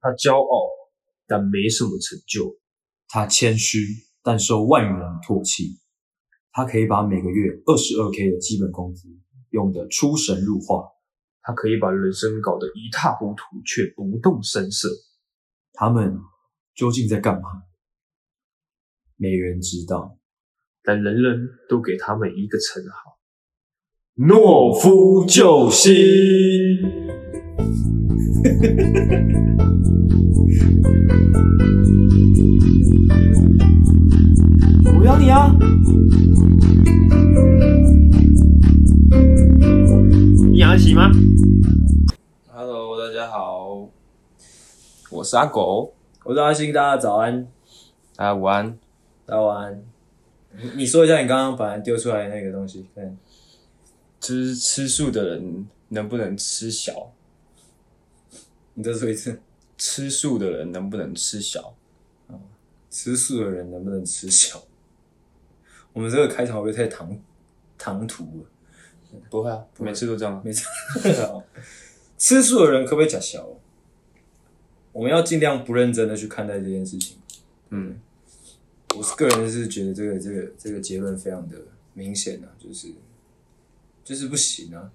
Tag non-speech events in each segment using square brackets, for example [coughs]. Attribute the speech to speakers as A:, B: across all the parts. A: 他骄傲但没什么成就，
B: 他谦虚，但受万余人唾弃。他可以把每个月二十二 k 的基本工资用得出神入化，
A: 他可以把人生搞得一塌糊涂却不动声色。
B: 他们究竟在干嘛？没人知道。
A: 但人人都给他们一个称号。
B: 懦夫救星。我养你啊！
A: 你养得起吗？
C: Hello，大家好，我是阿狗，
B: 我是阿星，大家早安，
C: 大家午安。
B: 大家晚安。你你说一下你刚刚本来丢出来的那个东西，看
C: 就是吃素的人能不能吃小？
B: 你再说一次。
C: 吃素的人能不能吃小？
B: 吃素的人能不能吃小？我们这个开场会不会太唐唐突了？
C: 不会啊，每次都这样啊。
B: 没错，吃素的人可不可以假小？哦我们要尽量不认真的去看待这件事情。
C: 嗯，
B: 我是个人是觉得这个这个这个结论非常的明显啊，就是就是不行啊，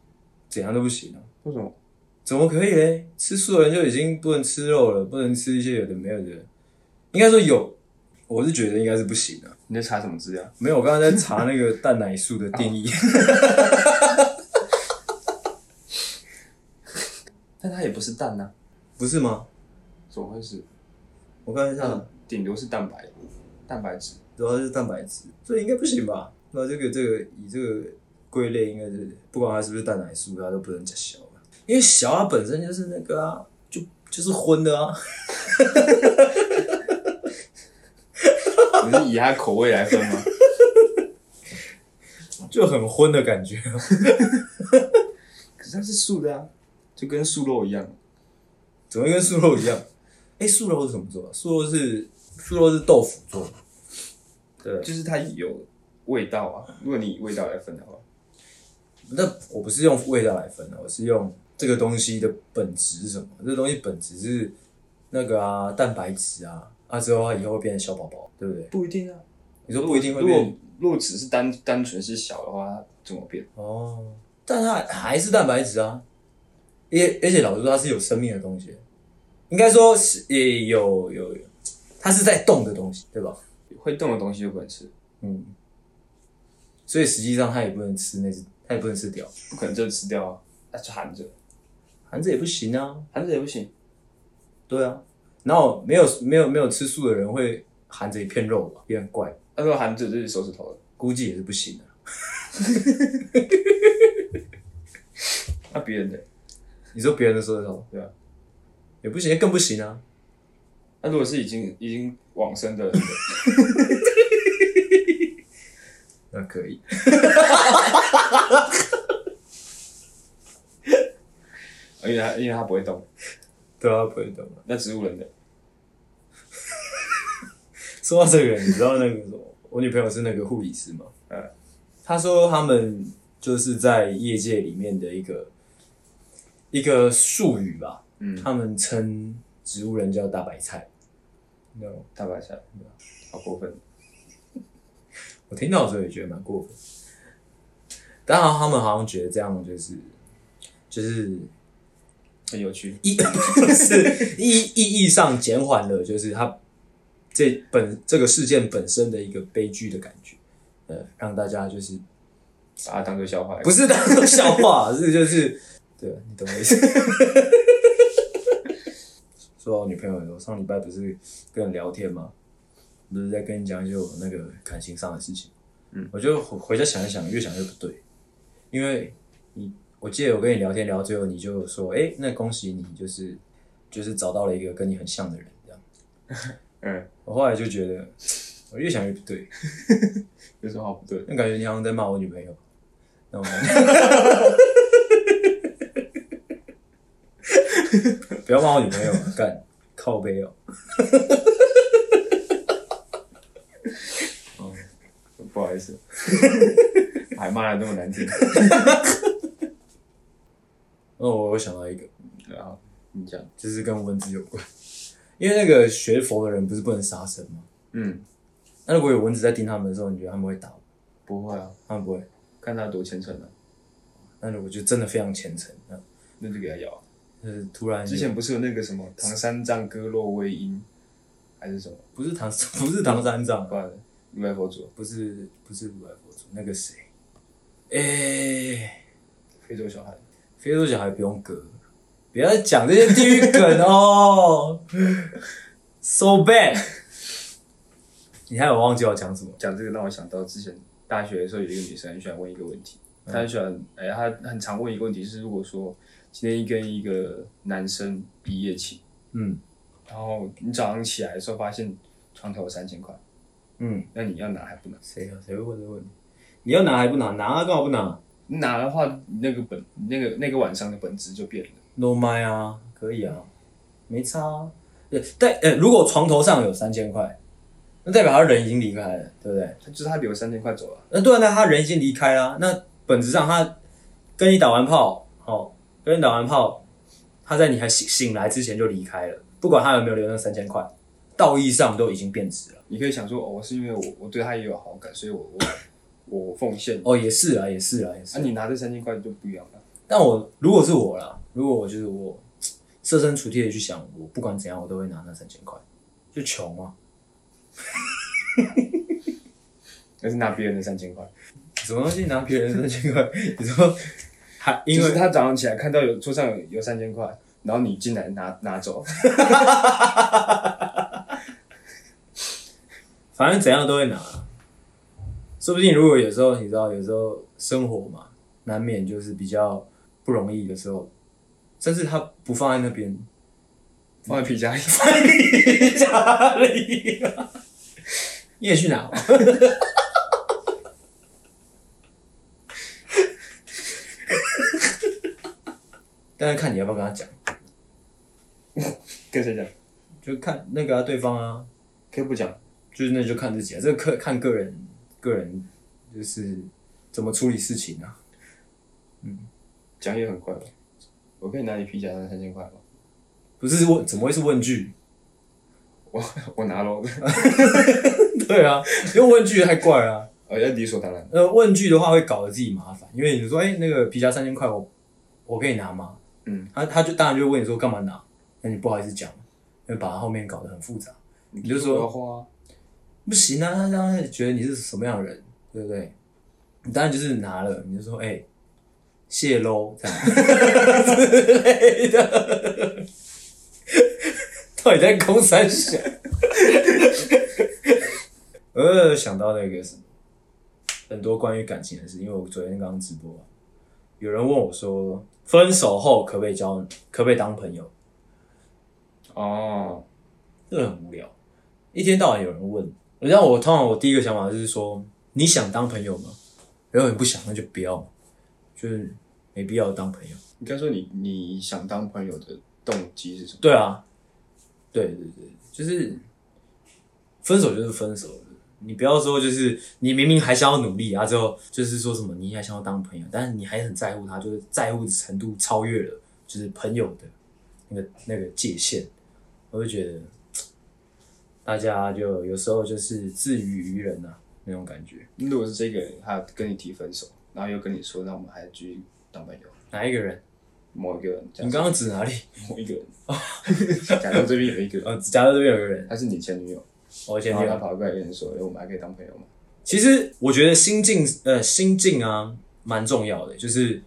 B: 怎样都不行啊，
C: 为什么？
B: 怎么可以嘞？吃素的人就已经不能吃肉了，不能吃一些有的没有的，应该说有，我是觉得应该是不行啊。
C: 你在查什么资料？
B: 没有，我刚刚在查那个蛋奶素的定义，
C: 但它也不是蛋
B: 啊
C: 呐、
B: [laughs] 不是吗？
C: 怎么会是？
B: 我看一下，
C: 顶多是蛋白，蛋白质。
B: 主要是蛋白质，所以应该不行吧？那这个这个以这个归类，应该是不管它是不是蛋奶素，它都不能叫小吧？因为小它本身就是那个啊，就就是荤的啊。
C: 你是以它口味来分 [laughs] 吗？
B: 就很荤的感觉。
C: 可是它是素的啊，就跟素肉一样。
B: [laughs] 怎么会跟素肉一样？哎、素肉是怎么做的？素肉是素肉是豆腐做的。对，
C: 就是它有味道啊。如果你以味道来分的话，
B: 那我不是用味道来分的，啊我是用这个东西的本质是什么？这个东西本质是那个啊，蛋白质啊，啊之后它以后会变成小宝宝，对不对？
C: 不一定啊。
B: 你说不一定会
C: 如果
B: 变
C: 如果只是单单纯是小的话，它怎么变？
B: 哦，但它还是蛋白质啊，而而且老实说，它是有生命的东西，应该说是也有有有，它是在动的东西，对吧？
C: 会动的东西就不能吃，
B: 嗯，所以实际上他也不能吃那只，他也不能吃屌，
C: 不可能就吃掉啊，那就含着，
B: 含着也不行啊。
C: 含着也不行。
B: 对啊，然后没有没有没有吃素的人会含着一片肉吧，也很怪，
C: 那时候含着就是手指头了，
B: 估计也是不行的、
C: 那别人的，
B: 你说别人的说的头，
C: 对啊，
B: 也不行，更不行啊。
C: 那如果是已经已经往生的人的，
B: 那可以，
C: 因为他因为他不会动，
B: 对啊，不会懂啊。
C: 那植物人的，
B: 说到这个，你知道那个什么，我女朋友是那个护理师嘛，呃
C: 嗯，
B: 她说他们就是在业界里面的一个一个术语吧，
C: 嗯，
B: 他们称植物人叫大白菜，你知道吗？
C: 大白菜，好过分，
B: 我听到的时候也觉得蛮过分。当然，他们好像觉得这样就是就是
C: 很有趣，
B: 意是意意义上减缓了，就是他这本这个事件本身的一个悲剧的感觉，呃，让大家就是
C: 把它当做笑话来看，
B: 不是当做笑话， [laughs] 是就是对你懂我意思。 [laughs] 说到我女朋友的时候，上礼拜不是跟你聊天吗？不是在跟你讲一些我那个感情上的事情。
C: 嗯，
B: 我就回回家想一想，越想越不对，因为你，我记得我跟你聊天聊到最后，你就说：“哎、那恭喜你，就是就是找到了一个跟你很像的人。”这样，
C: 嗯，
B: 我后来就觉得，我越想越不对，
C: 有什么好不对？
B: 那感觉你好像在骂我女朋友，
C: [laughs]
B: 那我不要骂我女朋友，干靠背哦。
C: 不好意思，还骂的那么难听，
B: 哦那我我想到一个，
C: 然后你讲，
B: 就是跟文字有关，因为那个学佛的人不是不能杀生吗？
C: 嗯，
B: 那如果有蚊子在叮他们的时候，你觉得他们会打吗？
C: 不会啊，
B: 他们不会。
C: 看他多虔诚啊，
B: 那如果就真的非常虔诚，那
C: 那就给他咬啊。
B: 就是突然
C: 之前不是有那个什么唐三藏割肉喂鹰，还是什么？
B: 不是唐不是唐三 [laughs] 藏，
C: 不然如来佛祖，
B: 不是不是如来佛祖，那个谁，诶、
C: 非洲小孩，
B: 非洲小孩不用割，不要再讲这些地狱梗哦，so bad。你还有忘记我讲什么？
C: 讲这个让我想到之前大学的时候，有一个女生很喜欢问一个问题，她很喜欢，哎、她很常问一个问题，就是如果说今天跟一个男生一夜情，
B: 嗯
C: 然后你早上起来的时候发现床头有三千块，
B: 嗯，
C: 那你要拿还不拿？
B: 谁啊？谁会问这个问题？你要拿还不拿？拿啊，干嘛不拿
C: 你拿的话，那个本那个那个晚上的本质就变了。
B: ？No my 啊，可以啊，没差啊。对，但呃、如果床头上有三千块，那代表他人已经离开了，对不对？
C: 他就是他留三千块走了，
B: 那对啊，那他人已经离开啦，那本质上他跟你打完炮，哦，跟你打完炮，他在你还醒醒来之前就离开了，不管他有没有留那三千块，道义上都已经变质了。
C: 你可以想说，哦，是因为我我对他也有好感，所以我我我奉献。
B: 哦，也是啊，也是啊，也是。
C: 啊，你拿这三千块就不一样了。
B: 但我如果是我啦，如果我就是我，设身处地的去想，我不管怎样，我都会拿那三千块，就穷嘛，
C: 但是拿别人的三千块，
B: 什么东西拿别人的三千块， [laughs] 你说还因
C: 就
B: 为
C: 是他早上起来看到有桌上有有三千块，然后你进来拿拿走，
B: 反正怎样都会拿。说不定如果有时候你知道，有时候生活嘛，难免就是比较不容易的时候，甚至他不放在那边，
C: 放在皮
B: [laughs]
C: 夹里。
B: 家里， [laughs] 你也去拿。但是看你要不要跟他讲，
C: 跟谁讲？
B: 就看那个、啊、对方啊，
C: 可以不讲，
B: 就是那就看自己啊，这个看看个人，个人就是怎么处理事情啊。
C: 讲也很快吧。我可以拿你皮夹上三千块吗？
B: 不是问，怎么会是问句？
C: 我我拿喽，
B: [laughs] 对啊，用问句太怪了啊、
C: 呃，要理所当然。
B: 呃，问句的话会搞得自己麻烦，因为你说，哎、那个皮夹三千块，我我可以拿吗？
C: 嗯，
B: 他他就当然就问你说干嘛拿，那你不好意思讲，因为把后面搞得很复杂。
C: 你
B: 就说
C: 我要花啊，
B: 不行啊，他当然觉得你是什么样的人，对不对？你当然就是拿了，你就说，哎、谢喽，这样之类的。到底在攻三小？呃，想到那个什么，很多关于感情的事，因为我昨天刚直播、啊，有人问我说，分手后可不可以交，可不可以当朋友？
C: 哦，
B: 这个很无聊，一天到晚有人问。你知道我通常我第一个想法就是说，你想当朋友吗？如果你不想，那就不要嘛，就是没必要当朋友。
C: 应该说你你想当朋友的动机是什么？
B: 对啊，对对对，就是分手就是分手了你不要说就是你明明还想要努力啊，之后就是说什么你还想要当朋友，但是你还很在乎他，就是在乎的程度超越了就是朋友的那个那个界限，我就觉得大家就有时候就是自娱于人呐、啊、那种感觉。
C: 如果是这个人，他跟你提分手，然后又跟你说，那我们还继续当朋友，
B: 哪一个人？
C: 某一个人，假
B: 你
C: 设
B: 刚刚指哪里？
C: 某一个 [laughs] 人，假设这边有一个人， [laughs]
B: 呃，假设这边有个人，
C: 他是你前女友，
B: 我先
C: 然
B: 听
C: 后。他跑过来跟你说，哎，我们还可以当朋友吗？
B: 其实我觉得心境，呃，心境啊，蛮重要的。就是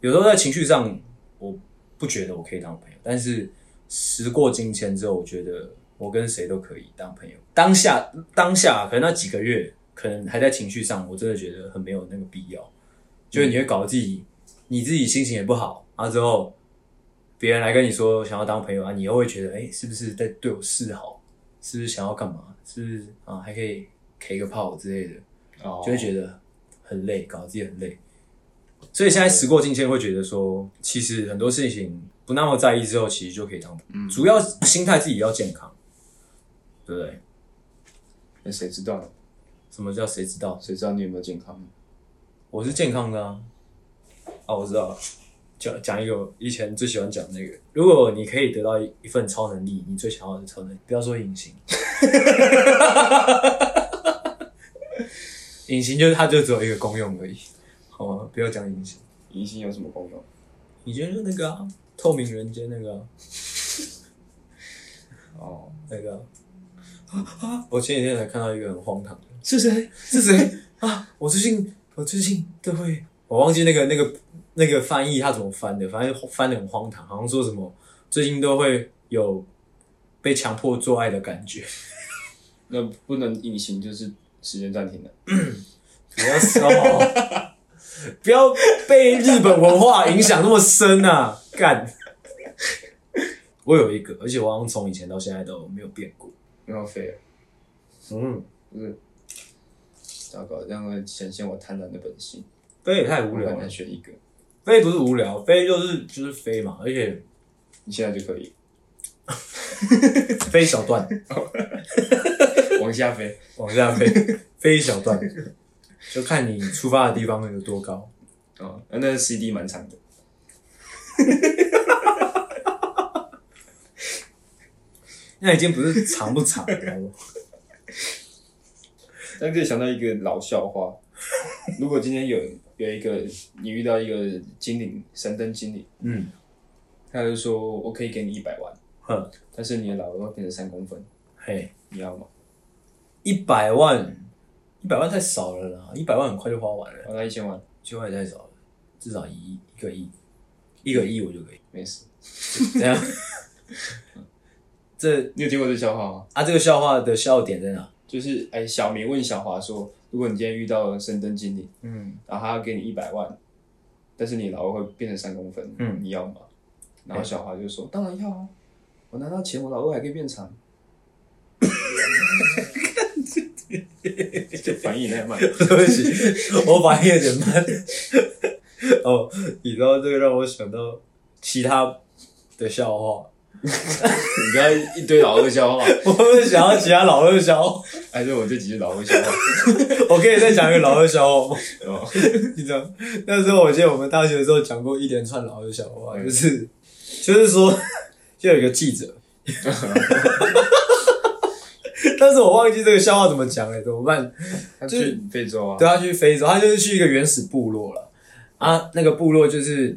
B: 有时候在情绪上，我不觉得我可以当朋友，但是时过境迁之后，我觉得我跟谁都可以当朋友。当下，当下可能那几个月，可能还在情绪上，我真的觉得很没有那个必要。就是你会搞得自己，你自己心情也不好啊，之后别人来跟你说想要当朋友啊，你又会觉得，哎、是不是在对我示好？是不是想要干嘛？是不是啊？还可以 K 个炮之类的。
C: 哦
B: 就会觉得很累，搞得自己很累。所以现在时过境迁，会觉得说，其实很多事情不那么在意之后，其实就可以当。
C: 嗯
B: 主要心态自己要健康，对不对？
C: 那谁知道呢？
B: 什么叫谁知道？
C: 谁知道你有没有健康？
B: 我是健康的啊！啊，我知道了，讲讲一个我以前最喜欢讲的那个，如果你可以得到一一份超能力，你最想要的超能力，不要说隐形， [laughs] 隐形就是它就只有一个功用而已，好吗？不要讲隐形，
C: 银星有什么功用？
B: 隐形就是那个啊，透明人间那个、啊、
C: 哦，
B: 那个啊、啊啊我前几天才看到一个很荒唐的，
C: 是谁？
B: 是谁啊？我最近我最近都会，我忘记那个那个那个翻译他怎么翻的，反正翻的很荒唐，好像说什么最近都会有被强迫做爱的感觉，
C: 那不能隐形，就是时间暂停了。
B: 不要骚，不要被日本文化影响那么深啊！干，我有一个，而且我好像从以前到现在都没有变过。
C: 然后废了，
B: 嗯，
C: 不是？糟糕，这样会显现我贪婪的本性。
B: 飞也太无
C: 我
B: 聊
C: 很
B: 了
C: 难，选一个，
B: 飞不是无聊，飞就是就是飞嘛，而且
C: 你现在就可以
B: 飞一小段。
C: 往下飞。
B: 往下飞，飞一小段，就看你出发的地方有多高。
C: 哦，那那 CD 蛮长的。
B: 那已经不是长不长了，
C: 但可以想到一个老笑 [laughs] 话：如果今天有有一个你遇到一个精灵，神灯精灵，
B: 嗯，
C: 他就说我可以给你一百万，
B: 哼，
C: 但是你的老二变成三公分，
B: 嘿，
C: 你要吗？
B: 一百万，一百万太少了啦，一百万很快就花完了，
C: 我拿一千万，
B: 九百太少了，至少一亿，一个亿，一个亿我就可以，
C: 没事。
B: 怎样？这
C: 你有听过这笑话吗？
B: 啊，这个笑话的笑点在哪？
C: 就是哎，小明问小华说，如果你今天遇到了神灯精灵，
B: 嗯，
C: 然后他要给你一百万，但是你老二会变成三公分，
B: 嗯
C: 你要吗？然后小华就说，当然要啊，我拿到钱，我老二还可以变 [laughs] 长。这反应太慢。
B: [laughs] 对不起，我反应有点慢。哦，你知道这个让我想到其他的笑话。
C: 你不要一堆老二笑 [laughs] 话，
B: 我们想要其他老二笑话，
C: 还是我这几句老二 [laughs] 笑话？
B: 我可以再讲一个老二笑话吗？ [laughs]
C: 哦，
B: 你知道，那时候我记得我们大学的时候讲过一连串老二笑话，
C: 嗯
B: 就是就是说，就有一个记者， [laughs] 但是我忘记这个笑话怎么讲了，怎么办？
C: 他
B: 就
C: 去非洲啊，
B: 对他去非洲，他就是去一个原始部落了啊，那个部落就是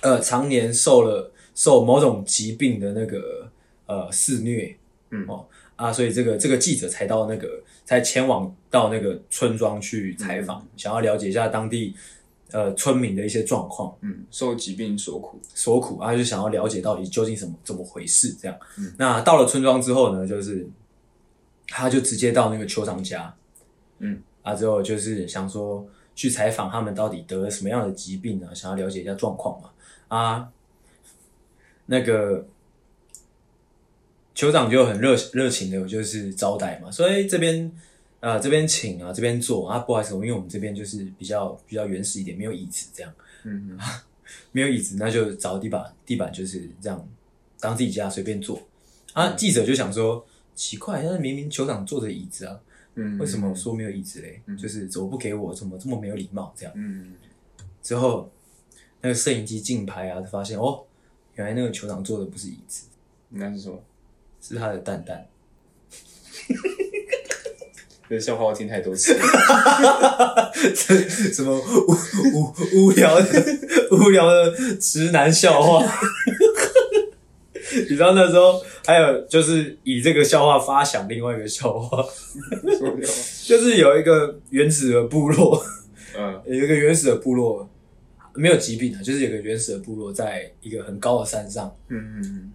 B: 呃常年受了受某种疾病的那个呃肆虐，
C: 嗯
B: 哦啊，所以这个这个记者才到那个才前往到那个村庄去采访，
C: 嗯
B: 想要了解一下当地呃村民的一些状况。
C: 嗯，受疾病所苦，
B: 所苦，啊，就想要了解到底究竟怎么怎么回事这样。
C: 嗯
B: 那到了村庄之后呢，就是他就直接到那个酋长家，
C: 嗯，
B: 啊之后就是想说去采访他们到底得了什么样的疾病啊，想要了解一下状况嘛。啊，那个酋长就很热热情的，就是招待嘛，所以这边。呃，这边请啊，这边坐啊，不好意思，因为我们这边就是比较比较原始一点，没有椅子这样。
C: 嗯，
B: 没有椅子，那就找地板，地板就是这样当自己家随便坐。啊，
C: 嗯
B: 记者就想说，奇怪，但是明明酋长坐着椅子啊，
C: 嗯， [laughs]
B: 为什么？说没有椅子嘞？
C: 嗯
B: 就是怎么不给我，怎么这么没有礼貌这样？
C: 嗯，
B: 之后那个摄影机竞拍啊，就发现哦，原来那个酋长坐的不是椅子，
C: 那是什么？
B: 是他的蛋蛋。 [laughs]
C: 这笑话我听太多 [laughs] 次了，
B: 什么无无无聊的 [laughs] 无聊的直男笑话。 [laughs] 你知道那时候还有就是以这个笑话发想另外一个笑话，
C: 受不了了
B: 就是有一个原始的部落， [laughs]
C: 嗯
B: 有一个原始的部落没有疾病啊，就是有个原始的部落在一个很高的山上
C: 嗯嗯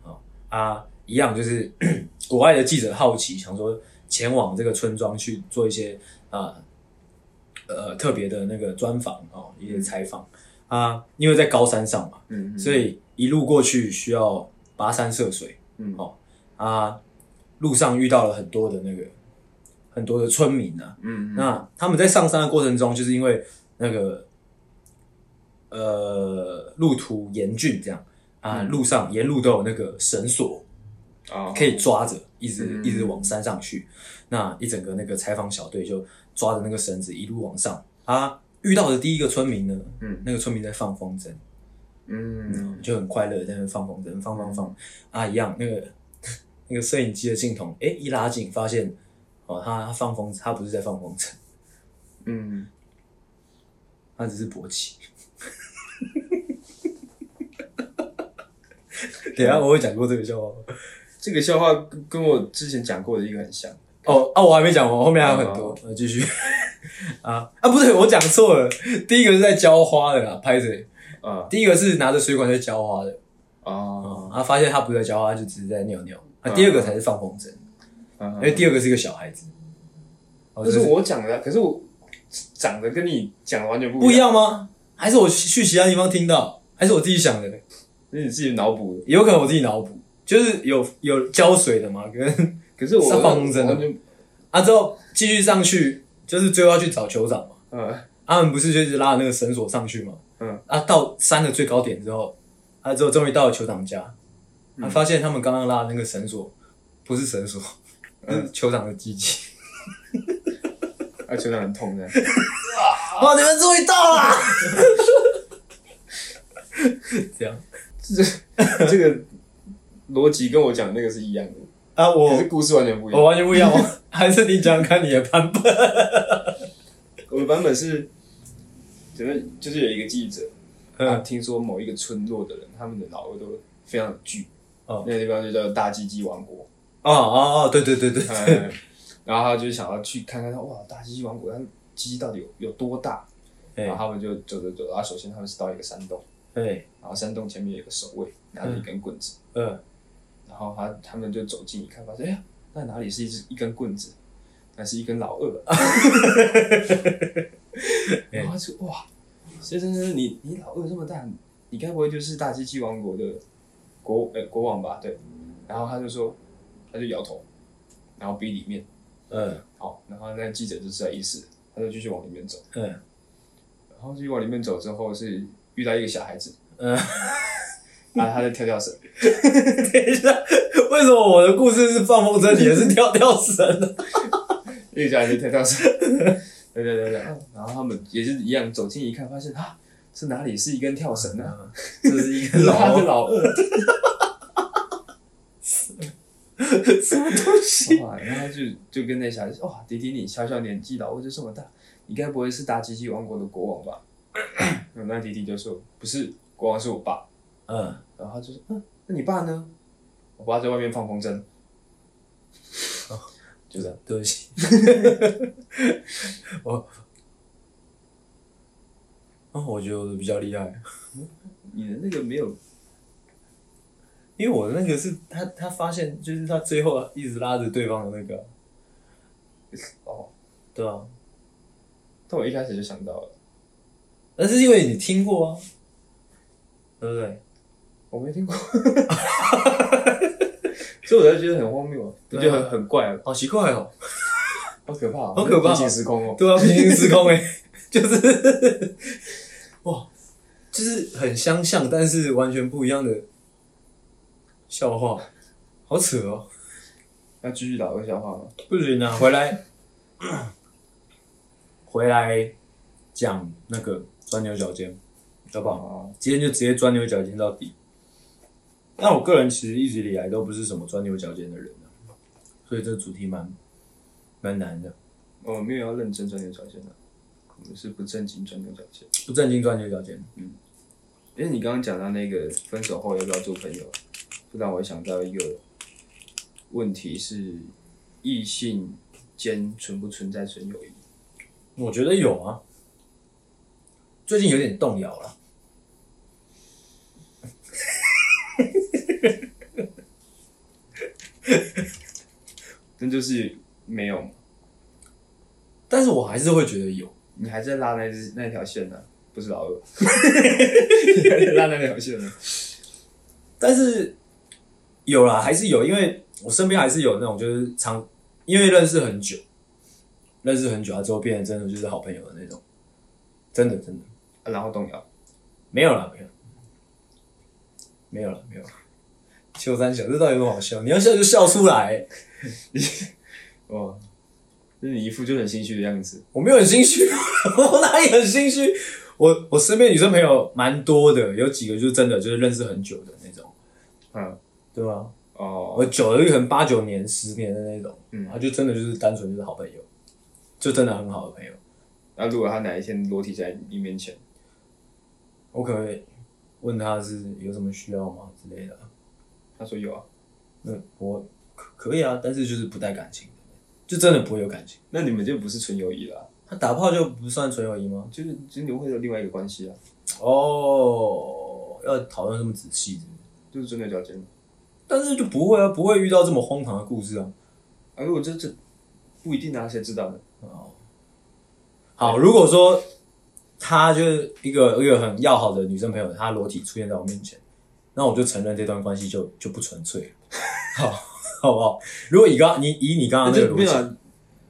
B: 啊，一样就是 [clears throat] 国外的记者好奇，想说前往这个村庄去做一些啊呃特别的那个专访哦，一些采访啊，因为在高山上嘛，
C: 嗯，
B: 所以一路过去需要跋山涉水
C: 嗯
B: 哦啊，路上遇到了很多的那个很多的村民啊，
C: 嗯，
B: 那他们在上山的过程中，就是因为那个呃路途严峻这样啊，
C: 嗯
B: 路上沿路都有那个绳索
C: 啊
B: 可以抓着，一直
C: 嗯
B: 一直往山上去。那一整个那个采访小队就抓着那个绳子一路往上啊。遇到的第一个村民呢，
C: 嗯
B: 那个村民在放风筝，
C: 嗯，
B: 就很快乐地在那边放风筝，放放放啊，一样那个 [laughs] 那个摄影机的镜头，哎、一拉近发现，哦，他他放风，他不是在放风筝，
C: 嗯，
B: 他只是勃起。 [laughs] 等一下我会讲过这个笑话吗
C: 这个笑话跟跟我之前讲过的一个很像，
B: 哦啊，我还没讲完，我后面还有很多，呃，继续 [laughs] 啊啊，不对，我讲错了，第一个是在浇花的啦，拍嘴，
C: 啊
B: 第一个是拿着水管在浇花的，
C: 啊
B: 啊，他发现他不是在浇花，他就只是在尿尿，啊，第二个才是放风筝。
C: 啊
B: 因！为第二个是一个小孩子。哦
C: 可是我讲的，可是我长得跟你讲的完全不
B: 不一
C: 样，
B: 样吗？还是我去其他地方听到？还是我自己想的？
C: 那是你自己脑补的。
B: 有可能我自己脑补，就是有有浇水的嘛，跟
C: 可是我
B: 上放风筝
C: 完全，
B: 啊之后继续上去，就是最后要去找酋长嘛。
C: 嗯
B: 他、们不是就一直拉那个绳索上去嘛？
C: 嗯，
B: 啊，到山的最高点之后，啊之后终于到了酋长家，他、发现他们刚刚拉的那个绳索不是绳索，
C: 嗯
B: 是酋长的鸡鸡。
C: 啊，球场很痛的，
B: 哇，哦你们终于到啦！ [laughs] 这样
C: [laughs] 这个逻辑跟我讲的那个是一样的，
B: 啊，我
C: 可是故事完全不一样
B: 我。完全不一样，我 [laughs] 还是你讲看你的版本。
C: 我的版本是，就是就是有一个记者，他
B: 嗯，
C: 听说某一个村落的人，他们的老二都非常有巨，
B: 哦
C: 那个地方就叫大鸡鸡王国。
B: 哦哦哦，对对对对，
C: 嗯， [laughs] 然后他就想要去看看，哇，大鸡鸡王国，它鸡鸡到底有有多大？
B: 哎
C: 然后他们就走着走着，啊，首先他们是到一个山洞，
B: 哎，
C: 然后山洞前面有一个守卫拿着一根棍子，
B: 嗯
C: 然后他他们就走近一看，发现哎呀，那哪里是一只一根棍子，那是一根老二。 [laughs] 然后他说哇，先生先生，你你老二这么大，你该不会就是大机器王国的国呃国王吧？对。然后他就说，他就摇头，然后逼里面，
B: 嗯
C: 好，然后那个记者就知道意思，他就继续往里面走，
B: 嗯
C: 然后继续往里面走之后是遇到一个小孩子，[laughs]
B: 嗯，
C: 啊，他在跳跳绳，
B: [laughs] 等一下，为什么我的故事是放风筝，你的是跳跳绳呢？
C: 一直还是跳跳
B: [laughs]
C: 绳，对对对对，啊然后他们也是一样走近一看，发现啊，这哪里是一根跳绳啊？
B: 嗯这是一
C: 这
B: 个
C: [laughs] 是他
B: 老
C: 的老二，
B: 什么东西？
C: 哇！然后就就跟那小孩说，哇，迪迪你小小年纪，老二就这么大，你该不会是大机器王国的国王吧？ [coughs] 那迪迪就说不是，国王是我爸。
B: [laughs] 嗯，
C: 然后他就说，嗯，那你爸呢？我爸在外面放风筝。就这样，
B: 对不起， [laughs] 我。啊，我觉得我的比较厉害，
C: 你的那个没有，
B: 因为我的那个是他，他发现就是他最后一直拉着对方的那个，
C: 哦，
B: 对啊，
C: 但我一开始就想到了，
B: 但是因为你听过啊，对不对？
C: 我没 [laughs] 听过，所以我才觉得很荒谬啊，我觉
B: 对啊
C: 得很很怪啊，
B: 好奇怪哦，
C: 好可怕啊，
B: 好可怕啊
C: 平行时空哦，
B: 对啊，平行时空哎、就是 [laughs] 哇，就是很相像，但是完全不一样的笑话，好扯哦，
C: 要继续打个笑话吗？
B: 不行啊，回来回来讲那个钻牛角尖，好不好？
C: 啊，
B: 今天就直接钻牛角尖到底。但我个人其实一直以来都不是什么钻牛角尖的人、啊、所以这主题蛮蛮难的，
C: 我们没有要认真钻牛角尖的，我们是不正经钻牛角尖。
B: 不正经钻牛角尖。
C: 因为你刚刚讲到那个分手后要不要做朋友，就让我想到一个问题是，异性间存不存在纯友谊？
B: 我觉得有啊，最近有点动摇了。
C: 那就是没有嘛，
B: 但是我还是会觉得有，
C: 你还在拉那只那条线呢、不是老二，你还在拉那条线呢、
B: 但是有啦，还是有，因为我身边还是有那种就是常因为认识很久，认识很久啊之后变得真的就是好朋友的那种，真的真的
C: 啊然后动摇，
B: 没有啦，没有，没有啦，没有啦。秋三小，这到底有什么好笑？你要笑就笑出来、
C: 哦，就是你一副就很心虚的样子。
B: 我没有很心虚， [laughs] 我哪里很心虚？我我身边女生朋友蛮多的，有几个就是真的就是认识很久的那种，
C: 嗯，
B: 对吧？
C: 哦，
B: 我久了就可能八九年、十年的那种，
C: 嗯
B: 他就真的就是单纯就是好朋友，就真的很好的朋友。
C: 那如果他哪一天裸体在你面前，
B: 我可能会问他是有什么需要吗之类的，
C: 他说有啊，
B: 那我可可以啊，但是就是不带感情的，就真的不会有感情。
C: 那你们就不是纯友谊了啊，
B: 他打炮就不算纯友谊吗？
C: 就是就是你们会有另外一个关系啊，
B: 哦，要讨论这么仔细是不是
C: 就是真的交尖。
B: 但是就不会啊，不会遇到这么荒唐的故事啊。
C: 啊，如果这这不一定啊，谁知道呢？
B: 好，如果说她就是一个一个很要好的女生朋友，她裸体出现在我面前，那我就承认这段关系就就不纯粹了， [laughs] 好，好不好？如果以刚你以你刚刚
C: 那
B: 那个
C: 就没
B: 逻
C: 有
B: 辑，
C: 啊，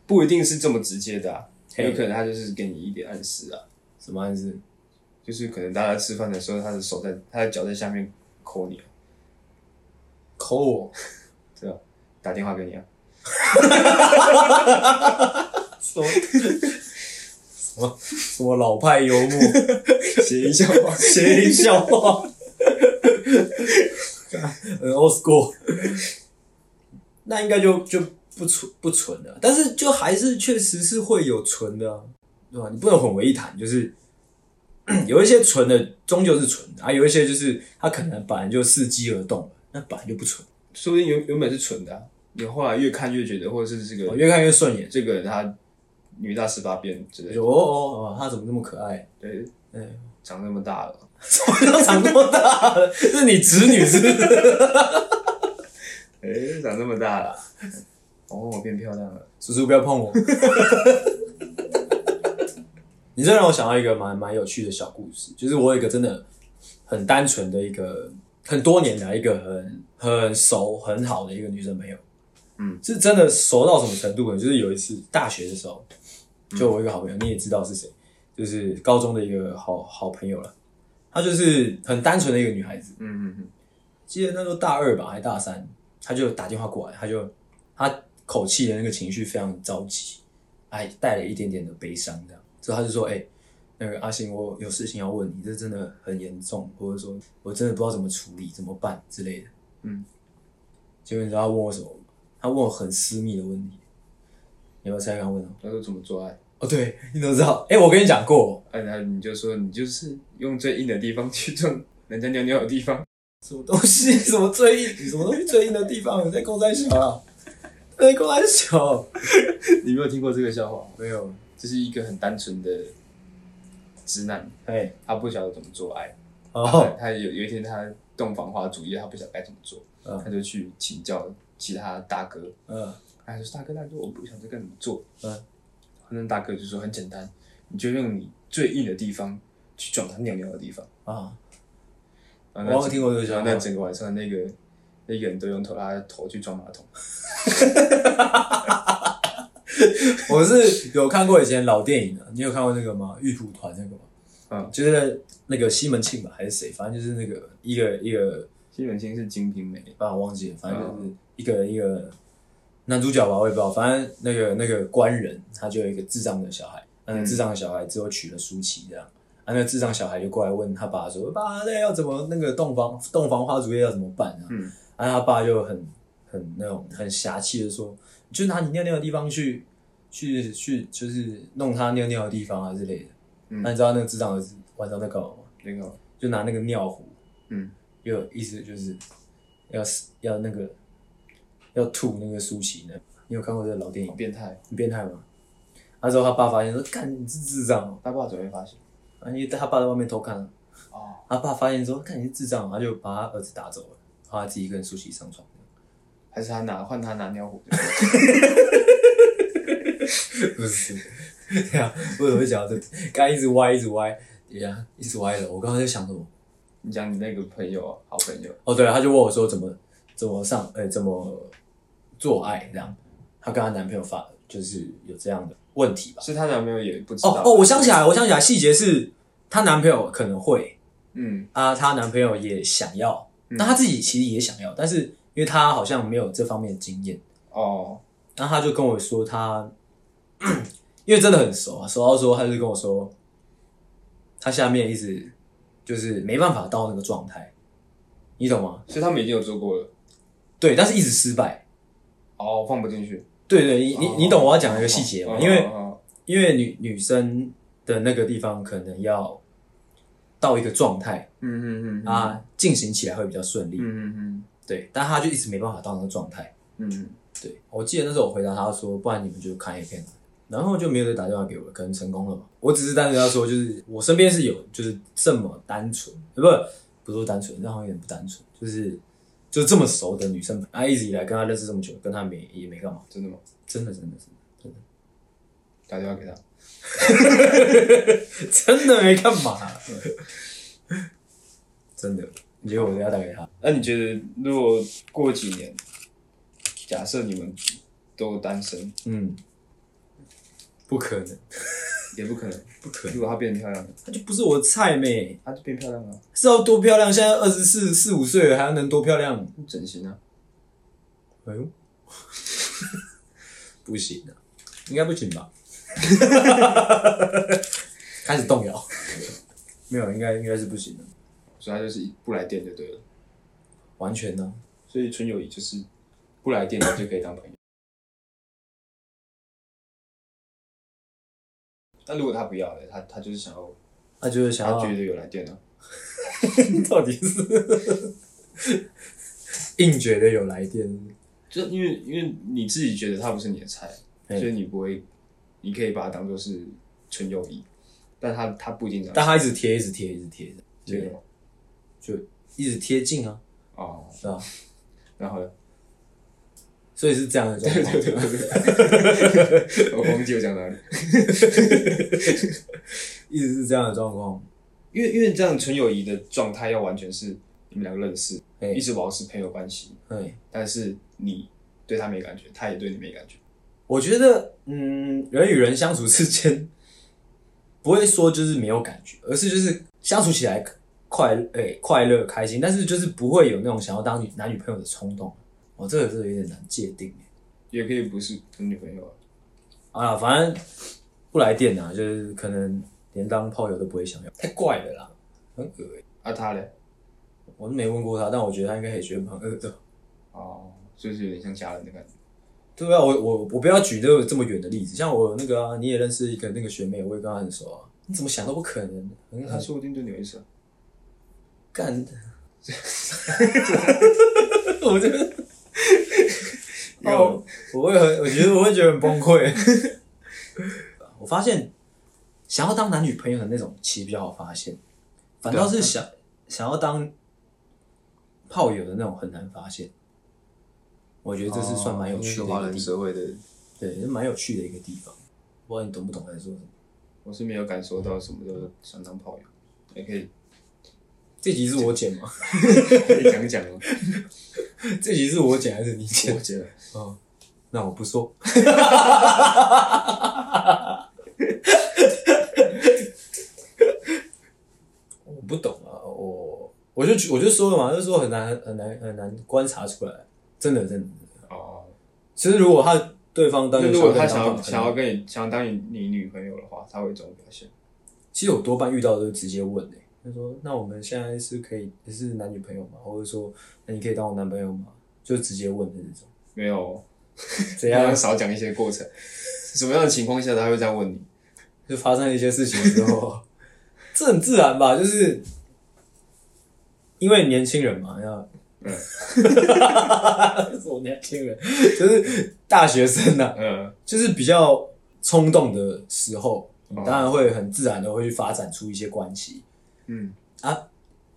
C: 不一定是这么直接的啊，
B: 嘿
C: 有可能他就是给你一点暗示啊，
B: 什么意思？
C: 就是可能大家吃饭的时候，他的手在他的脚在下面抠你啊，
B: 抠我？
C: 对吧？打电话给你啊，
B: [laughs] 什么？ [laughs] 什么什么老派幽默？
C: [laughs] 谐音笑话，
B: 谐音笑话， [laughs] 很 old school。那应该就就不纯不纯了，但是就还是确实是会有纯的、啊，对吧？你不能混为一谈，就是 [clears throat] 有一些纯的终究是纯的啊，有一些就是他可能本来就伺机而动，那本来就不纯，
C: [laughs] 说不定原原本是蠢的、啊，你后来越看越觉得，或者是这
B: 我
C: 个
B: 越看越顺眼，
C: 这个人他女大十八变之类
B: 我
C: 的，
B: 就哦哦哦，他怎么这么可爱？ [laughs]
C: 对，
B: 嗯，
C: 长那么大了，
B: 都长多大了？ [laughs] 是你侄女是不是？
C: 哎、长那么大了， [laughs] 哦，我变漂亮了，
B: 叔叔不要碰我。 [laughs] 你这让我想到一个蛮蛮有趣的小故事，就是我有一个真的很单纯的一个很多年来一个很很熟很好的一个女生朋友，
C: 嗯，
B: 是真的熟到什么程度呢？就是有一次大学的时候，就我一个好朋友，你也知道是谁，就是高中的一个好好朋友了，她就是很单纯的一个女孩子，
C: 嗯嗯嗯，
B: 记得那时候大二吧，还大三，他就打电话过来，他就他口气的那个情绪非常着急，还带了一点点的悲伤，这样，所以他就说：“哎、那个阿信，我有事情要问你，这真的很严重，或者说我真的不知道怎么处理，怎么办之类的。”
C: 嗯，
B: 结果你知道他问我什么吗？他问我很私密的问题，你要不要猜看问什么？
C: 他说怎么做爱？
B: 哦，对，你怎么知道？哎、我跟你讲过，
C: 哎，然后你就说你就是用最硬的地方去撞人家尿尿的地方，
B: 什么东西？ [laughs] 什么最硬？什么东西最硬的地方？你在公山小啊？在公山小？
C: 你没有听过这个笑话吗？
B: 没有。
C: 这是一个很单纯的直男，
B: 哎，
C: 他不晓得怎么做爱，
B: 哦，
C: 他有有一天他洞房花烛夜，他不晓得该怎么做，
B: 嗯
C: 他就去请教其他大哥，
B: 嗯
C: 他就说大哥大哥，我不晓得该怎么做，
B: 嗯，
C: 那大哥就说很简单，你就用你最硬的地方去撞他尿尿的地方，
B: 啊，
C: 然后那
B: 我有
C: 整
B: 听过这个
C: 然
B: 笑
C: 后那
B: 话，
C: 整个晚上那个那个人都用头他的头去撞马桶，
B: 我是有看过以前老电影的，你有看过那个吗？玉蒲团那个吗？
C: 嗯，
B: 就是那个西门庆吧，还是谁？反正就是那个一个一个，
C: 西门庆是《金瓶梅》，
B: 把我忘记了，反正就是一个一个男主角吧，我也不知道。反正那个那个官人，他就有一个智障的小孩，那个智障的小孩之后娶了舒淇这样。啊，那个智障小孩就过来问他爸说：“爸，那要怎么那个洞房洞房花烛夜要怎么办啊？”
C: 嗯，
B: 然后他爸就很很那种很侠气的说，你就拿你尿尿的地方去去去，就是弄他尿尿的地方啊之类的。
C: 嗯
B: 那你知道那个智障儿子晚上在干嘛吗？
C: 那个
B: 就拿那个尿壶，
C: 嗯，
B: 有意思就是要要那个要吐那个舒淇呢。你有看过这个老电影
C: 好？变态，
B: 很变态吗？那时候他爸发现说：“干，你是智障哦！”
C: 他爸怎么会发现？
B: 啊，因为他爸在外面偷看了。啊
C: 哦。
B: 他爸发现说：“看你是智障哦。”他就把他儿子打走了，然后他自己跟舒淇上床。 [laughs]
C: 还是他拿换他拿尿壶？
B: 不是， [laughs] 对啊，为什么会讲到这？刚才一直歪，一直歪，对啊，一直歪了。我刚刚在想什么？
C: [laughs] 你讲你那个朋友啊，好朋友，
B: 哦，对了，他就问我说怎么怎么上，呃、怎么做爱这样。她跟她男朋友发就是有这样的问题吧？
C: 是她男朋友也不知道。
B: 哦哦，我想起来，了，我想起来，细节是她男朋友可能会
C: 嗯，
B: 啊，她男朋友也想要，
C: 嗯
B: 但她自己其实也想要，但是因为她好像没有这方面的经验，
C: 哦，
B: 然后她就跟我说她因为真的很熟啊，熟到说他就跟我说，他下面一直就是没办法到那个状态，你懂吗？
C: 所以他们已经有做过了。
B: 对，但是一直失败。
C: 哦，放不进去。
B: 对对，你你你懂我要讲的一个细节
C: 哦
B: 吗？因为
C: 哦
B: 因为女女生的那个地方可能要到一个状态
C: 嗯嗯嗯，
B: 啊，进行起来会比较顺利。
C: 嗯嗯
B: 对，但他就一直没办法到那个状态。
C: 嗯嗯
B: 对，我记得那时候我回答他说，不然你们就看 A 片啊然后就没有再打电话给我了，可能成功了吧。我只是单纯要说，就是我身边是有就是这么单纯，呃不不是说单纯，那好像有点不单纯，就是就是这么熟的女生，啊，一直以来跟她认识这么久，跟她没也没干嘛，
C: 真的吗？
B: 真的真的真的
C: 打电话给他。
B: [laughs] 真的真的没干嘛，真的。结果我要打给她，
C: 那你觉得，如果过几年，假设你们都单身，
B: 嗯，不可能，
C: 也不可能。
B: 不可能，
C: 如果她变漂亮了，
B: 她就不是我的菜妹。
C: 她就变漂亮了，
B: 是要多漂亮？现在二十四四五岁了，还能多漂亮？
C: 整形啊。
B: 哎呦，不行啊，应该不行 [laughs] 吧？开始动摇，没有，应该应该是不行的，
C: 所以她就是不来电就对了。
B: 完全呢、
C: 所以纯友谊就是不来电你就可以当朋友。那如果他不要嘞，他他就是想要，
B: 他就是想
C: 他
B: 要
C: 觉得有来电啊，
B: [laughs] 到底是 [laughs] 硬觉得有来电，
C: 就因为因为你自己觉得他不是你的菜，
B: 嘿
C: 所以你不会，你可以把它当做是纯友谊，但他他不一定这
B: 但
C: 样
B: 他一直贴，一直贴，一直贴，
C: 觉
B: 对
C: 得吗
B: 就一直贴近啊，
C: 哦，
B: 是吧？
C: 然后呢？
B: 所以是这样的状
C: 对
B: 况
C: 对。对对对， [laughs] 我忘记我讲哪里，
B: 一直是这样的状况。
C: 因为因为这样纯友谊的状态要完全是你们两个认识，
B: 哎
C: 一直保持朋友关系，
B: 哎，
C: 但是你对他没感觉，他也对你没感觉。
B: 我觉得，嗯，人与人相处之间，不会说就是没有感觉，而是就是相处起来快乐，哎、快乐开心，但是就是不会有那种想要当女男女朋友的冲动。哦，这个这个有点难界定
C: 嗯也可以不是跟女朋友啊。
B: 啊，反正不来电啊，就是可能连当炮友都不会想要，太怪了啦，很恶欸、
C: 啊，他嘞？
B: 我是没问过他，但我觉得他应该也觉得蛮恶的。
C: 哦，就是有点像家人的感觉。
B: 对啊，我我我不要举这个这么远的例子，像我那个啊，你也认识一个那个学妹，我也跟她很熟啊，你怎么想都不可能，很
C: 他
B: 很
C: 说不定对你有意思啊。
B: 嗯干的。 [laughs] 我觉 [laughs] 得，哦，我会很，我觉得我会觉得很崩溃。我发现，想要当男女朋友的那种，其实比较好发现，反倒是想想要当炮友的那种很难发现。我觉得这是算蛮有趣的一
C: 华
B: 个
C: 人
B: 地
C: 社会的，
B: 对，是蛮有趣的一个地方。不知道你懂不懂在说什么？
C: 我是没有感受到什么叫做想当炮友，也
B: [laughs]
C: 可以
B: 这集是我剪吗？
C: 可以讲一讲哦。
B: [laughs] 这集是我剪还是你剪
C: 我？觉得
B: 哦， [laughs] 那我不 [laughs] 说。我不懂啊，我我就我就说了嘛，就说很难很难很难观察出来，真的真的。
C: 哦，
B: 其实如果他对方当
C: 那
B: 时
C: 如果他想
B: 当
C: 要
B: 朋友
C: 想要跟你想要当你你女朋友的话，他会怎么表现？
B: 其实我多半遇到都是直接问诶、他说：“那我们现在是可以是男女朋友吗？”或者说：“那你可以当我男朋友吗？”就直接问的那种。
C: 没有，
B: 怎
C: 你要
B: 样？
C: 少讲一些过程。什么样的情况下他会这样问你？
B: 就发生了一些事情之后， [laughs] 这很自然吧？就是因为年轻人嘛，要，
C: 嗯
B: [laughs] 什么年轻人？就是大学生呐、啊，
C: 嗯，
B: 就是比较冲动的时候，你
C: 哦
B: 当然会很自然的会去发展出一些关系。
C: 嗯，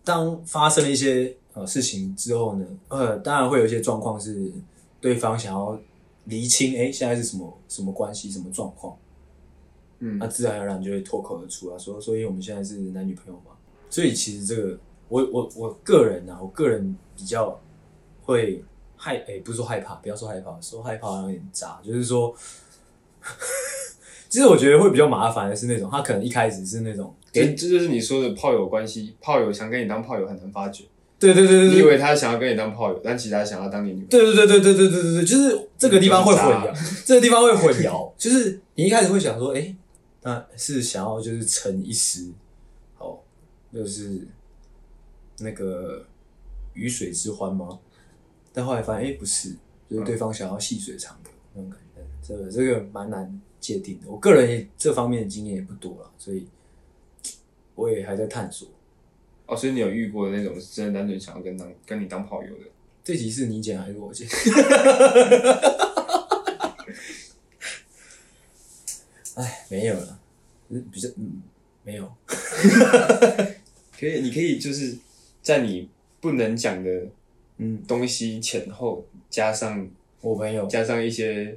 B: 当发生了一些呃事情之后呢，呃，当然会有一些状况是对方想要厘清，哎、现在是什么什么关系，什么状况。
C: 嗯
B: 那自然而然就会脱口而出啊，说，所以我们现在是男女朋友嘛。所以其实这个，我我我个人啊，我个人比较会害，诶、不是说害怕，不要说害怕，说害怕好像有点渣，就是说，其实我觉得会比较麻烦的是那种，他可能一开始是那种
C: 这
B: 给，
C: 这就是你说的炮友关系，炮友想跟你当炮友很难发觉。
B: 对对对
C: 你
B: 对
C: 以
B: 对
C: 为他想要跟你当炮友，但其实他想要当你女朋友。
B: 对对对对对对对对对，就是这个地方会混淆，这个地方会混淆，就是你一开始会想说，哎、那是想要就是逞一时，哦，就是那个鱼水之欢吗？但后来发现，哎、不是，就是对方想要细水长流那种感觉，这个这个蛮难界定的。我个人也这方面的经验也不多了，所以我也还在探索。
C: 哦，所以你有遇过那种是真的单纯想要跟当跟你当炮友的？
B: 这集是你剪还是我剪？ [laughs] 哎，没有了，嗯比较嗯，没有。
C: 可以，你可以就是在你不能讲的
B: 嗯
C: 东西前后加上
B: 我朋友，
C: 加上一些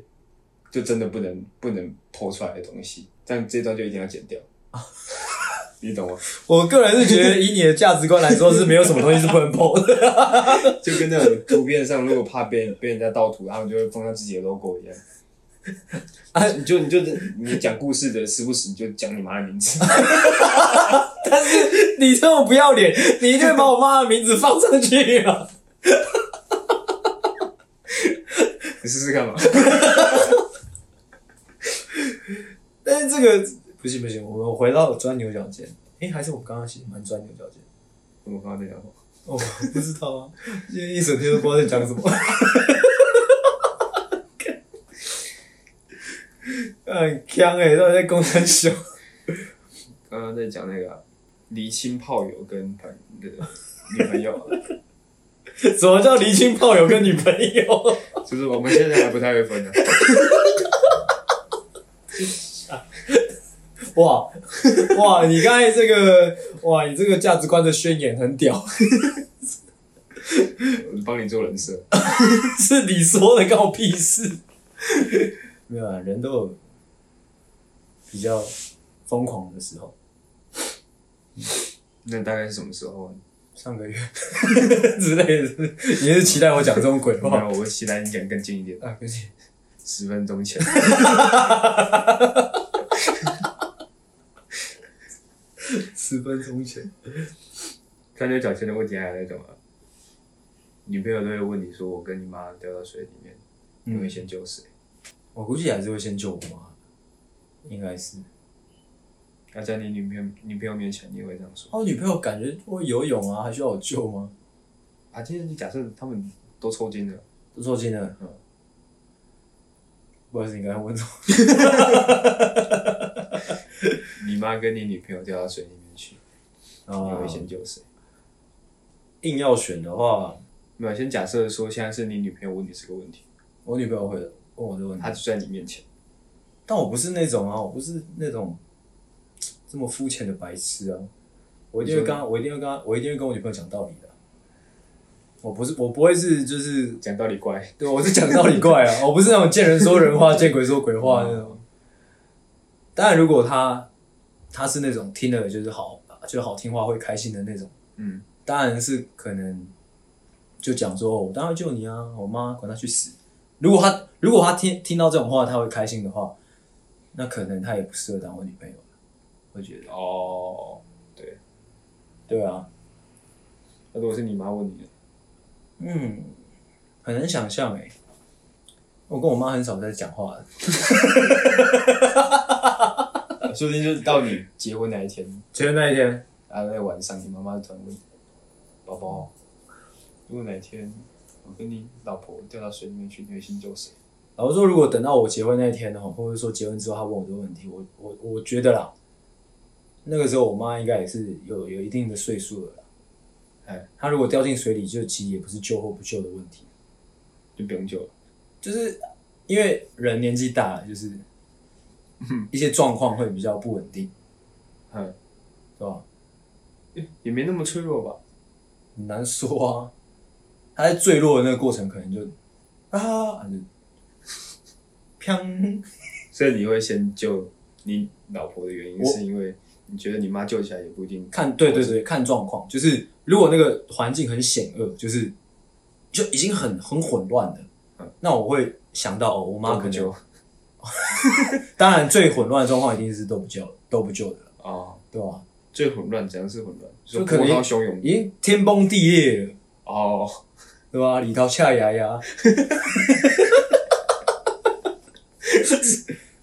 C: 就真的不能不能剖出来的东西，但这段就一定要剪掉。你懂吗？
B: [laughs] 我个人是觉得以你的价值观来说，是没有什么东西是不能碰的。 [laughs]
C: 就跟那种图片上，如果怕被被人家盗图，他们就会放上自己的 logo 一样。
B: 啊
C: 你就你就你讲故事的，时不时你就讲你妈的名字。
B: 但是你这么不要脸，你一定会把我妈的名字放上去啊！
C: 你试试看嘛。
B: 但是这个不行不行，我们回到钻牛角尖。哎、还是我刚刚其实蛮钻牛角尖。
C: 我刚刚在讲话，
B: 哦，不知道啊，今天一整天都不知道在讲什么。 [laughs] 很强哎、欸，到底在攻山小？
C: 刚刚在讲那个啊离亲炮友跟朋的女朋友啊，
B: 什么叫离清炮友跟女朋友？
C: 就是我们现在还不太会分啊的、
B: 哇哇，你刚才这个哇，你这个价值观的宣言很屌，
C: 我帮你做人设。
B: 是你说的，关我屁事。没有啊，人都有比较疯狂的时候。
C: 那大概是什么时候啊？
B: 上个月之类的，你是期待我讲这种鬼
C: 没
B: 话
C: 有，我期待你讲更近一点，
B: 啊？对不起。
C: 十分钟前。
B: 十分钟前。
C: 钻牛角尖的问题还有那种啊，女朋友都会问你说：“我跟你妈掉到水里面，你会先救谁
B: 我估计还是会先救我妈，应该是。？”
C: 那在你女朋友女朋友面前，你会这样说？
B: 哦，女朋友感觉会游泳啊，还需要我救吗？
C: 啊，今天假设他们都抽筋了，
B: 不错，真的。嗯。不好意思，你刚才问什么？
C: 你妈跟你女朋友掉到水里面去，你
B: 啊
C: 会，先救谁？
B: 硬要选的话，
C: 没有，先假设说现在是你女朋友问你这个问题，
B: 我女朋友会问我这问题
C: 她，就在你面前，
B: 但我不是那种啊，我不是那种这么肤浅的白痴啊，我一定会跟她，我一定会跟她，我一定会跟我女朋友讲道理的。啊我不是，我不会是就是
C: 讲道理乖，
B: 对，我是讲道理怪啊，我不是那种见人说人话、见鬼说鬼话那种。当然，如果他他是那种听了就是好，就好听话会开心的那种，
C: 嗯，
B: 当然是可能就讲说，哦我当然救你啊，我妈管他去死。如果他如果他听听到这种话，他会开心的话，那可能他也不适合当我女朋友，我觉得。
C: 哦，
B: 对啊，
C: 那如果是你妈问你呢，
B: 嗯，很难想象哎、我跟我妈很少在讲话的，
C: 说不定就是到你结婚那一天，
B: 前那一天，
C: 啊，在晚上，你妈妈突然问你：“宝宝，如果哪天我跟你老婆掉到水里面去，你会先救谁
B: 然后说，如果等到我结婚那一天的话，或者说结婚之后他问我这个问题，我我我觉得啦，那个时候我妈应该也是有有一定的岁数了啦。
C: 哎，
B: 她如果掉进水里，就其实也不是救或不救的问题，？”
C: 就不用救了。
B: 就是因为人年纪大了，就是一些状况会比较不稳定，
C: 嗯，
B: 对吧？
C: 也没那么脆弱吧？
B: 很难说啊。他在坠落的那个过程，可能就啊，就 [laughs] 砰，
C: 所以你会先救你老婆的原因，
B: 我
C: 是因为你觉得你妈救起来也不一定
B: 看对对对，看状况，就是如果那个环境很险恶，就是就已经很很混乱了，
C: 嗯
B: 那我会想到哦，我妈
C: 都
B: 可
C: 不
B: 能
C: 救。
B: 当然最混乱的状况一定是都不救了，都不救的了，
C: 哦，
B: 对吧、
C: 最混乱，怎样是混乱？
B: 就
C: 说
B: 可
C: 波
B: 能
C: 涛汹涌，
B: 已经天崩地裂了，
C: 哦，
B: 对吧？里头恰牙牙，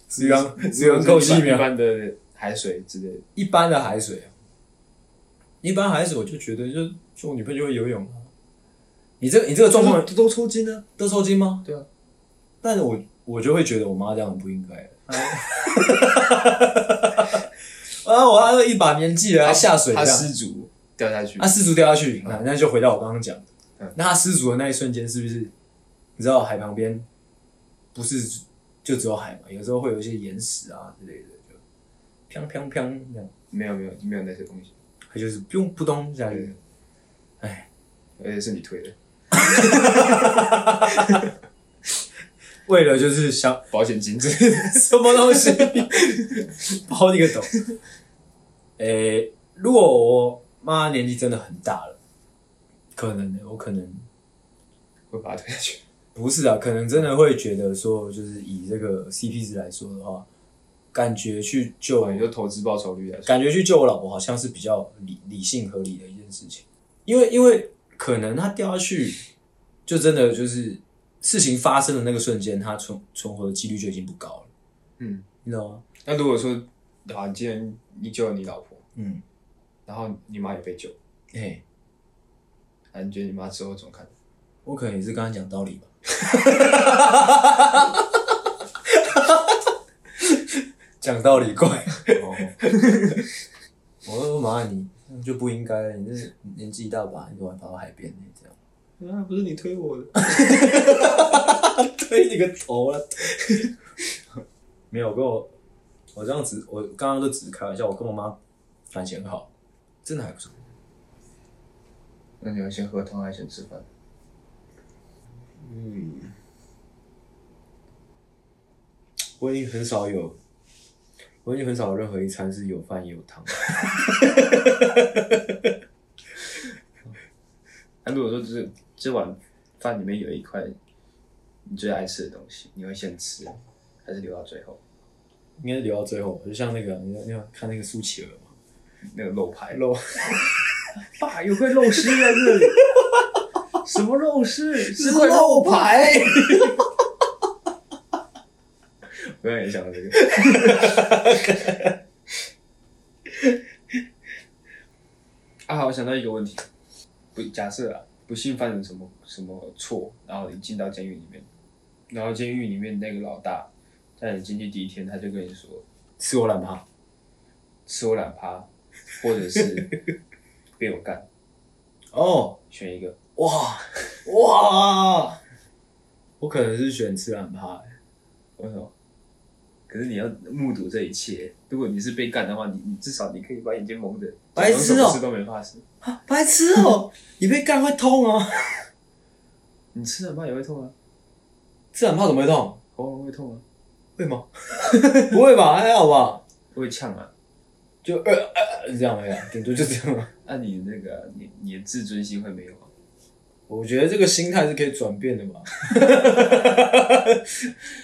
B: 只能只能够
C: 一
B: 细
C: 般一
B: 苗。
C: 般的海水之类的。
B: 一般的海水啊，一般海水我就觉得就就我女朋友就会游泳啊。你这个你这个状况
C: 都抽筋呢？
B: 得抽筋吗？
C: 对啊。
B: 但是我我就会觉得我妈这样很不应该。
C: 哎
B: [laughs] 啊，我还有一把年纪了，还下水
C: 他
B: 这样。
C: 失足掉下去
B: 他，失足掉下去，那、那就回到我刚刚讲的，
C: 嗯
B: 那他失足的那一瞬间是不是？你知道海旁边不是就只有海嘛？有时候会有一些岩石啊之类的，就砰砰砰这样，
C: 没有没有没有那些东西，
B: 它就是不用扑咚下去。哎，
C: 而且是你推的，
B: 为了就是想
C: 保险金之类的 [laughs]
B: [laughs] 什么东西，包你个懂。诶、如果我妈年纪真的很大了，可能我可能
C: 会把它推下去。
B: 不是啊，可能真的会觉得说，就是以这个 CP 值来说的话，感觉去救，
C: 哦你就投资报酬率来说，
B: 感觉去救我老婆好像是比较理理性合理的一件事情，因为因为可能她掉下去，就真的就是事情发生的那个瞬间，她存存活的几率就已经不高了，
C: 嗯。
B: 你知道吗？
C: 那如果说，啊，既然你救了你老婆，
B: 嗯，
C: 然后你妈也被救，
B: 哎、
C: 那你觉得你妈之后怎么看？
B: 我可能也是跟她讲道理吧，讲道理怪。
C: 哦，
B: [laughs] 我说妈，你就不应该了，你这年纪一大把，你怎么还跑到海边呢？这样
C: 那啊不是你推我的，
B: [laughs] 推你个头了！没有，跟我我这样子，我刚刚都只是开玩笑，我跟我妈感情很好，真的还不错。
C: 那你要先喝汤还是先吃饭？
B: 嗯，我已经很少有，我已经很少有任何一餐是有饭也有汤。
C: 那如果说这这碗饭里面有一块你最爱吃的东西，你会先吃，还是留到最后？
B: 应该是留到最后，就像那个，你有你有看那个苏乞儿吗？
C: 那个肉排，
B: 肉
C: [laughs] 爸有块肉丝在这 [laughs] 里，什么肉丝？是块
B: 肉
C: 排。我有点想到这个， [laughs] 啊，我想到一个问题，不假设啊，不幸犯了什么什么错，然后你进到监狱里面，然后监狱里面那个老大，在你进去第一天，他就跟你说，
B: 吃我懒趴。
C: 吃我懒趴，或者 [laughs] 是被我干，
B: 哦，
C: 选一个。
B: 哇哇！我可能是选吃懒趴、欸，
C: 为什么？可是你要目睹这一切，如果你是被干的话，你你至少你可以把眼睛蒙着，
B: 白痴
C: 假装什
B: 哦
C: 么事都没发生。
B: 白痴哦、 [laughs] 你被干会痛啊！
C: 你吃了怕也会痛啊，
B: 吃懒趴怎么会痛？
C: 喉咙会痛啊，
B: 会吗？ [laughs] 不会吧，还好吧？
C: 会呛啊。
B: 就呃呃呃这样而已啊，顶多就这样了、
C: 那、你那个啊你你的自尊心会没有啊？
B: 我觉得这个心态是可以转变 [laughs] 的吧，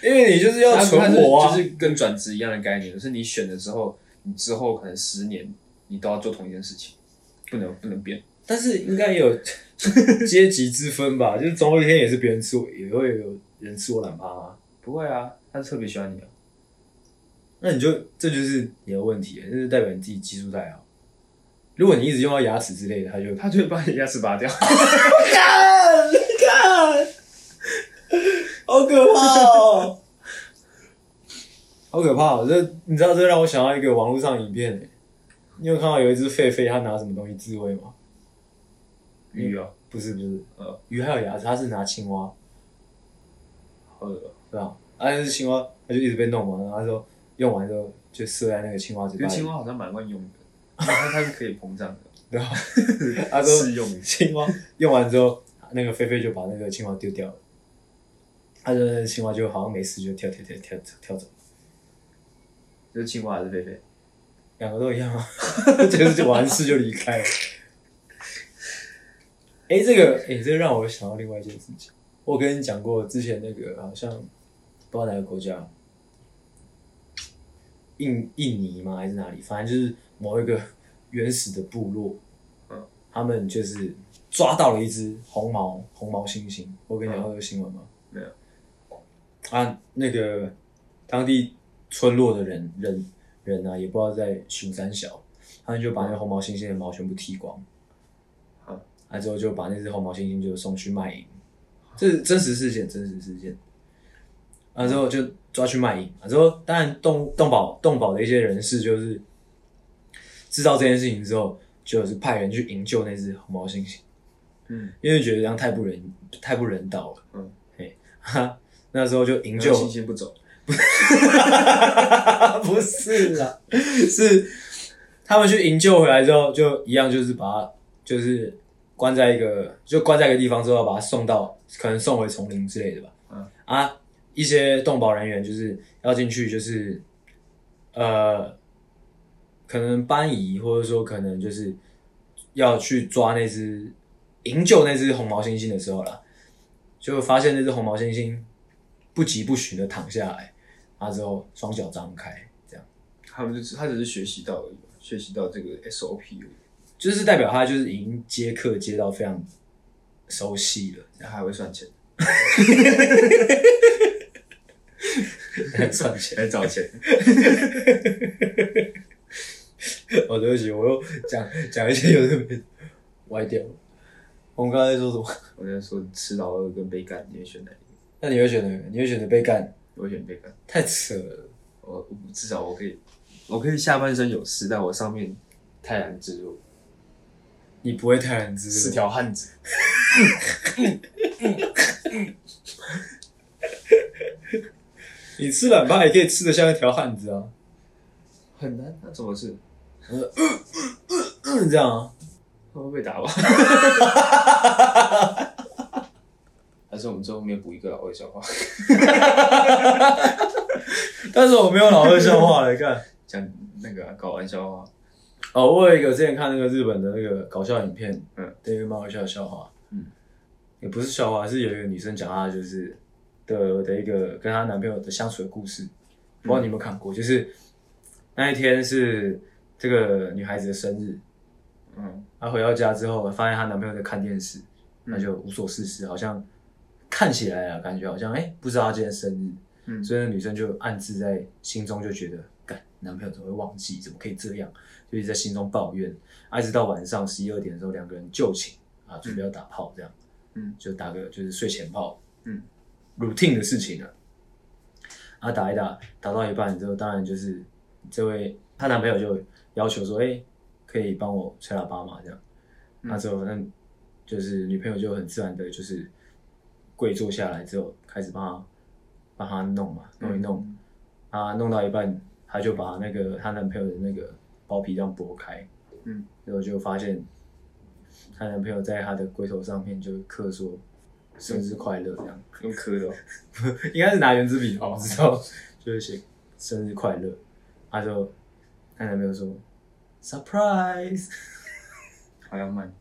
B: 因为你就是要存活
C: 它
B: 啊
C: 是，就是跟转职一样的概念，就是你选的时候，你之后可能十年你都要做同一件事情，不能不能变。
B: 但是应该也有阶级之分 [laughs] 吧，就是总有一天也是别人吃我，也会有人吃我懒趴啊。
C: 不会啊，他特别喜欢你啊。
B: 那你就这就是你的问题了，这是代表你自己技术太好。如果你一直用到牙齿之类的，他就
C: 他就会把你牙齿拔掉， [laughs]
B: 看，看，好可怕哦，好可怕、哦！这你知道这让我想到一个网络上影片、欸，你有看到有一只狒狒，它拿什么东西自慰吗？
C: 鱼哦，
B: 不是不是，
C: 呃，
B: 鱼还有牙齿，它是拿青蛙，
C: 好恶哦，
B: 对吧？啊，那只青蛙，它就一直被弄嘛，然后它说用完之后就射在那个青蛙嘴
C: 因为
B: 巴里，
C: 青蛙好像蛮万用的，它它是可以膨胀 [laughs] 的。
B: 对吧？它说
C: 适用于
B: 青蛙用完之后，那个菲菲就把那个青蛙丢掉了。他就那个青蛙就好像没事，就跳跳跳跳跳跳走，
C: 就是青蛙还是狒狒？
B: 两个都一样啊， [laughs] 就是就完事就离开了。哎、这个哎、这个让我想到另外一件事情。我跟你讲过，之前那个好像不知道哪个国家，印印尼吗还是哪里，反正就是某一个原始的部落，
C: 嗯
B: 他们就是抓到了一只红毛红毛猩猩。我跟你讲过这个新闻吗？
C: 没有。
B: 啊，那个当地村落的人人人啊，也不知道在巡山小，他们就把那红毛猩猩的毛全部剃光。
C: 嗯
B: 啊，之后就把那只红毛猩猩就送去卖淫，这是真实事件，真实事件。啊，之后就抓去卖淫。啊，之后当然动动保动保的一些人士就是知道这件事情之后，就是派人去营救那只红毛猩猩，
C: 嗯，
B: 因为觉得这样太不人太不人道了。
C: 嗯，
B: 嘿，哈，那时候就营救
C: 就，星星不走，
B: [laughs] 不是啦，是他们去营救回来之后，就一样就是把它就是关在一个就关在一个地方之后，把它送到可能送回丛林之类的吧。
C: 嗯
B: 啊，一些动保人员就是要进去，就是呃，可能搬移或者说可能就是要去抓那只营救那只红毛猩猩的时候啦，就发现那只红毛猩猩不疾不徐的躺下来，啊之后双脚张开，这样
C: 他们就只他只是学习到而已，学习到这个 SOP，而已
B: 就是代表他就是已经接客接到非常熟悉了，
C: 然后还会算 [laughs] 钱，
B: [laughs] 在赚钱。
C: 还找钱，
B: 哦，对不起，我又讲讲一些有的没的歪掉了。我们刚才在说什么？
C: 我在说吃老二跟被干，你会选哪一个？
B: 那你会选哪个？你会选择被干？
C: 我会选被干，
B: 太扯了！
C: 呃我我至少我可以，我可以下半身有事，但我上面泰然自若，
B: 你不会泰然自若。
C: 是条汉子。
B: 你吃懒趴也可以吃得像一条汉子啊，
C: 很难，那怎么是？
B: 嗯，这样啊。
C: 会不会被打吧？ [laughs] 还是我们最后面补一个老外笑话，
B: 但是我没有老二笑话来看。
C: 讲那个、啊、搞玩笑话。
B: 哦，我有一个之前看那个日本的那个搞笑影片，
C: 嗯，
B: 对，一个蛮好笑的笑话，
C: 嗯，
B: 也不是笑话，是有一个女生讲她就是的的一个跟她男朋友的相处的故
C: 嗯
B: 事，不知道你有没有看过，就是那一天是这个女孩子的生日，
C: 嗯，
B: 她回到家之后发现她男朋友在看电视，
C: 嗯
B: 那就无所事事，好像看起来啊，感觉好像哎、不知道她今天生日，
C: 嗯
B: 所以那女生就暗自在心中就觉得，干男朋友怎么会忘记？怎么可以这样？就一直在心中抱怨，啊，一直到晚上十一二点的时候，两个人就寝啊，准备要打炮这样，
C: 嗯，
B: 就打个就是睡前炮，
C: 嗯
B: ，routine 的事情啊，啊，打一打，打到一半之后，当然就是这位她男朋友就要求说，哎、可以帮我吹喇叭嘛这样，那之后那就是女朋友就很自然的就是跪坐下来之后，开始帮她帮她弄嘛，弄一弄，啊，弄到一半，她就把那个她男朋友的那个包皮这样剥开，
C: 嗯，
B: 然后就发现她男朋友在她的龟头上面就刻说生日快乐这样，
C: 用磕的、哦，
B: [laughs] 应该是拿圆珠笔吧，我不知道，就是写生日快乐，她就她男朋友说 surprise， [laughs]
C: 还要慢。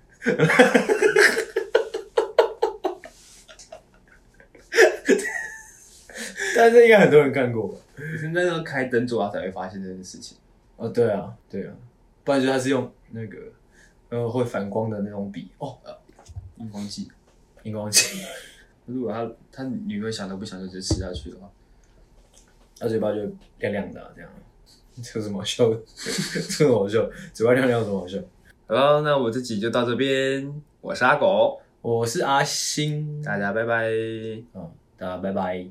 B: 但是应该很多人看过吧。
C: 你是那要开灯做啊才会发现这件事情。
B: 哦，对啊，对啊，不然就是他是用那个呃会反光的那种笔哦，呃
C: 荧光剂，
B: 荧光剂，
C: 如果他他女朋友想都不想就直接吃下去的话，
B: 他嘴巴就亮亮的、啊、这样，这有什么好笑的？ [laughs] 这有什么好笑？嘴巴亮亮有什么好笑？
C: 好了，那我这集就到这边，我是阿狗，
B: 我是阿星，哦
C: 大家拜拜。
B: 嗯，大家拜拜。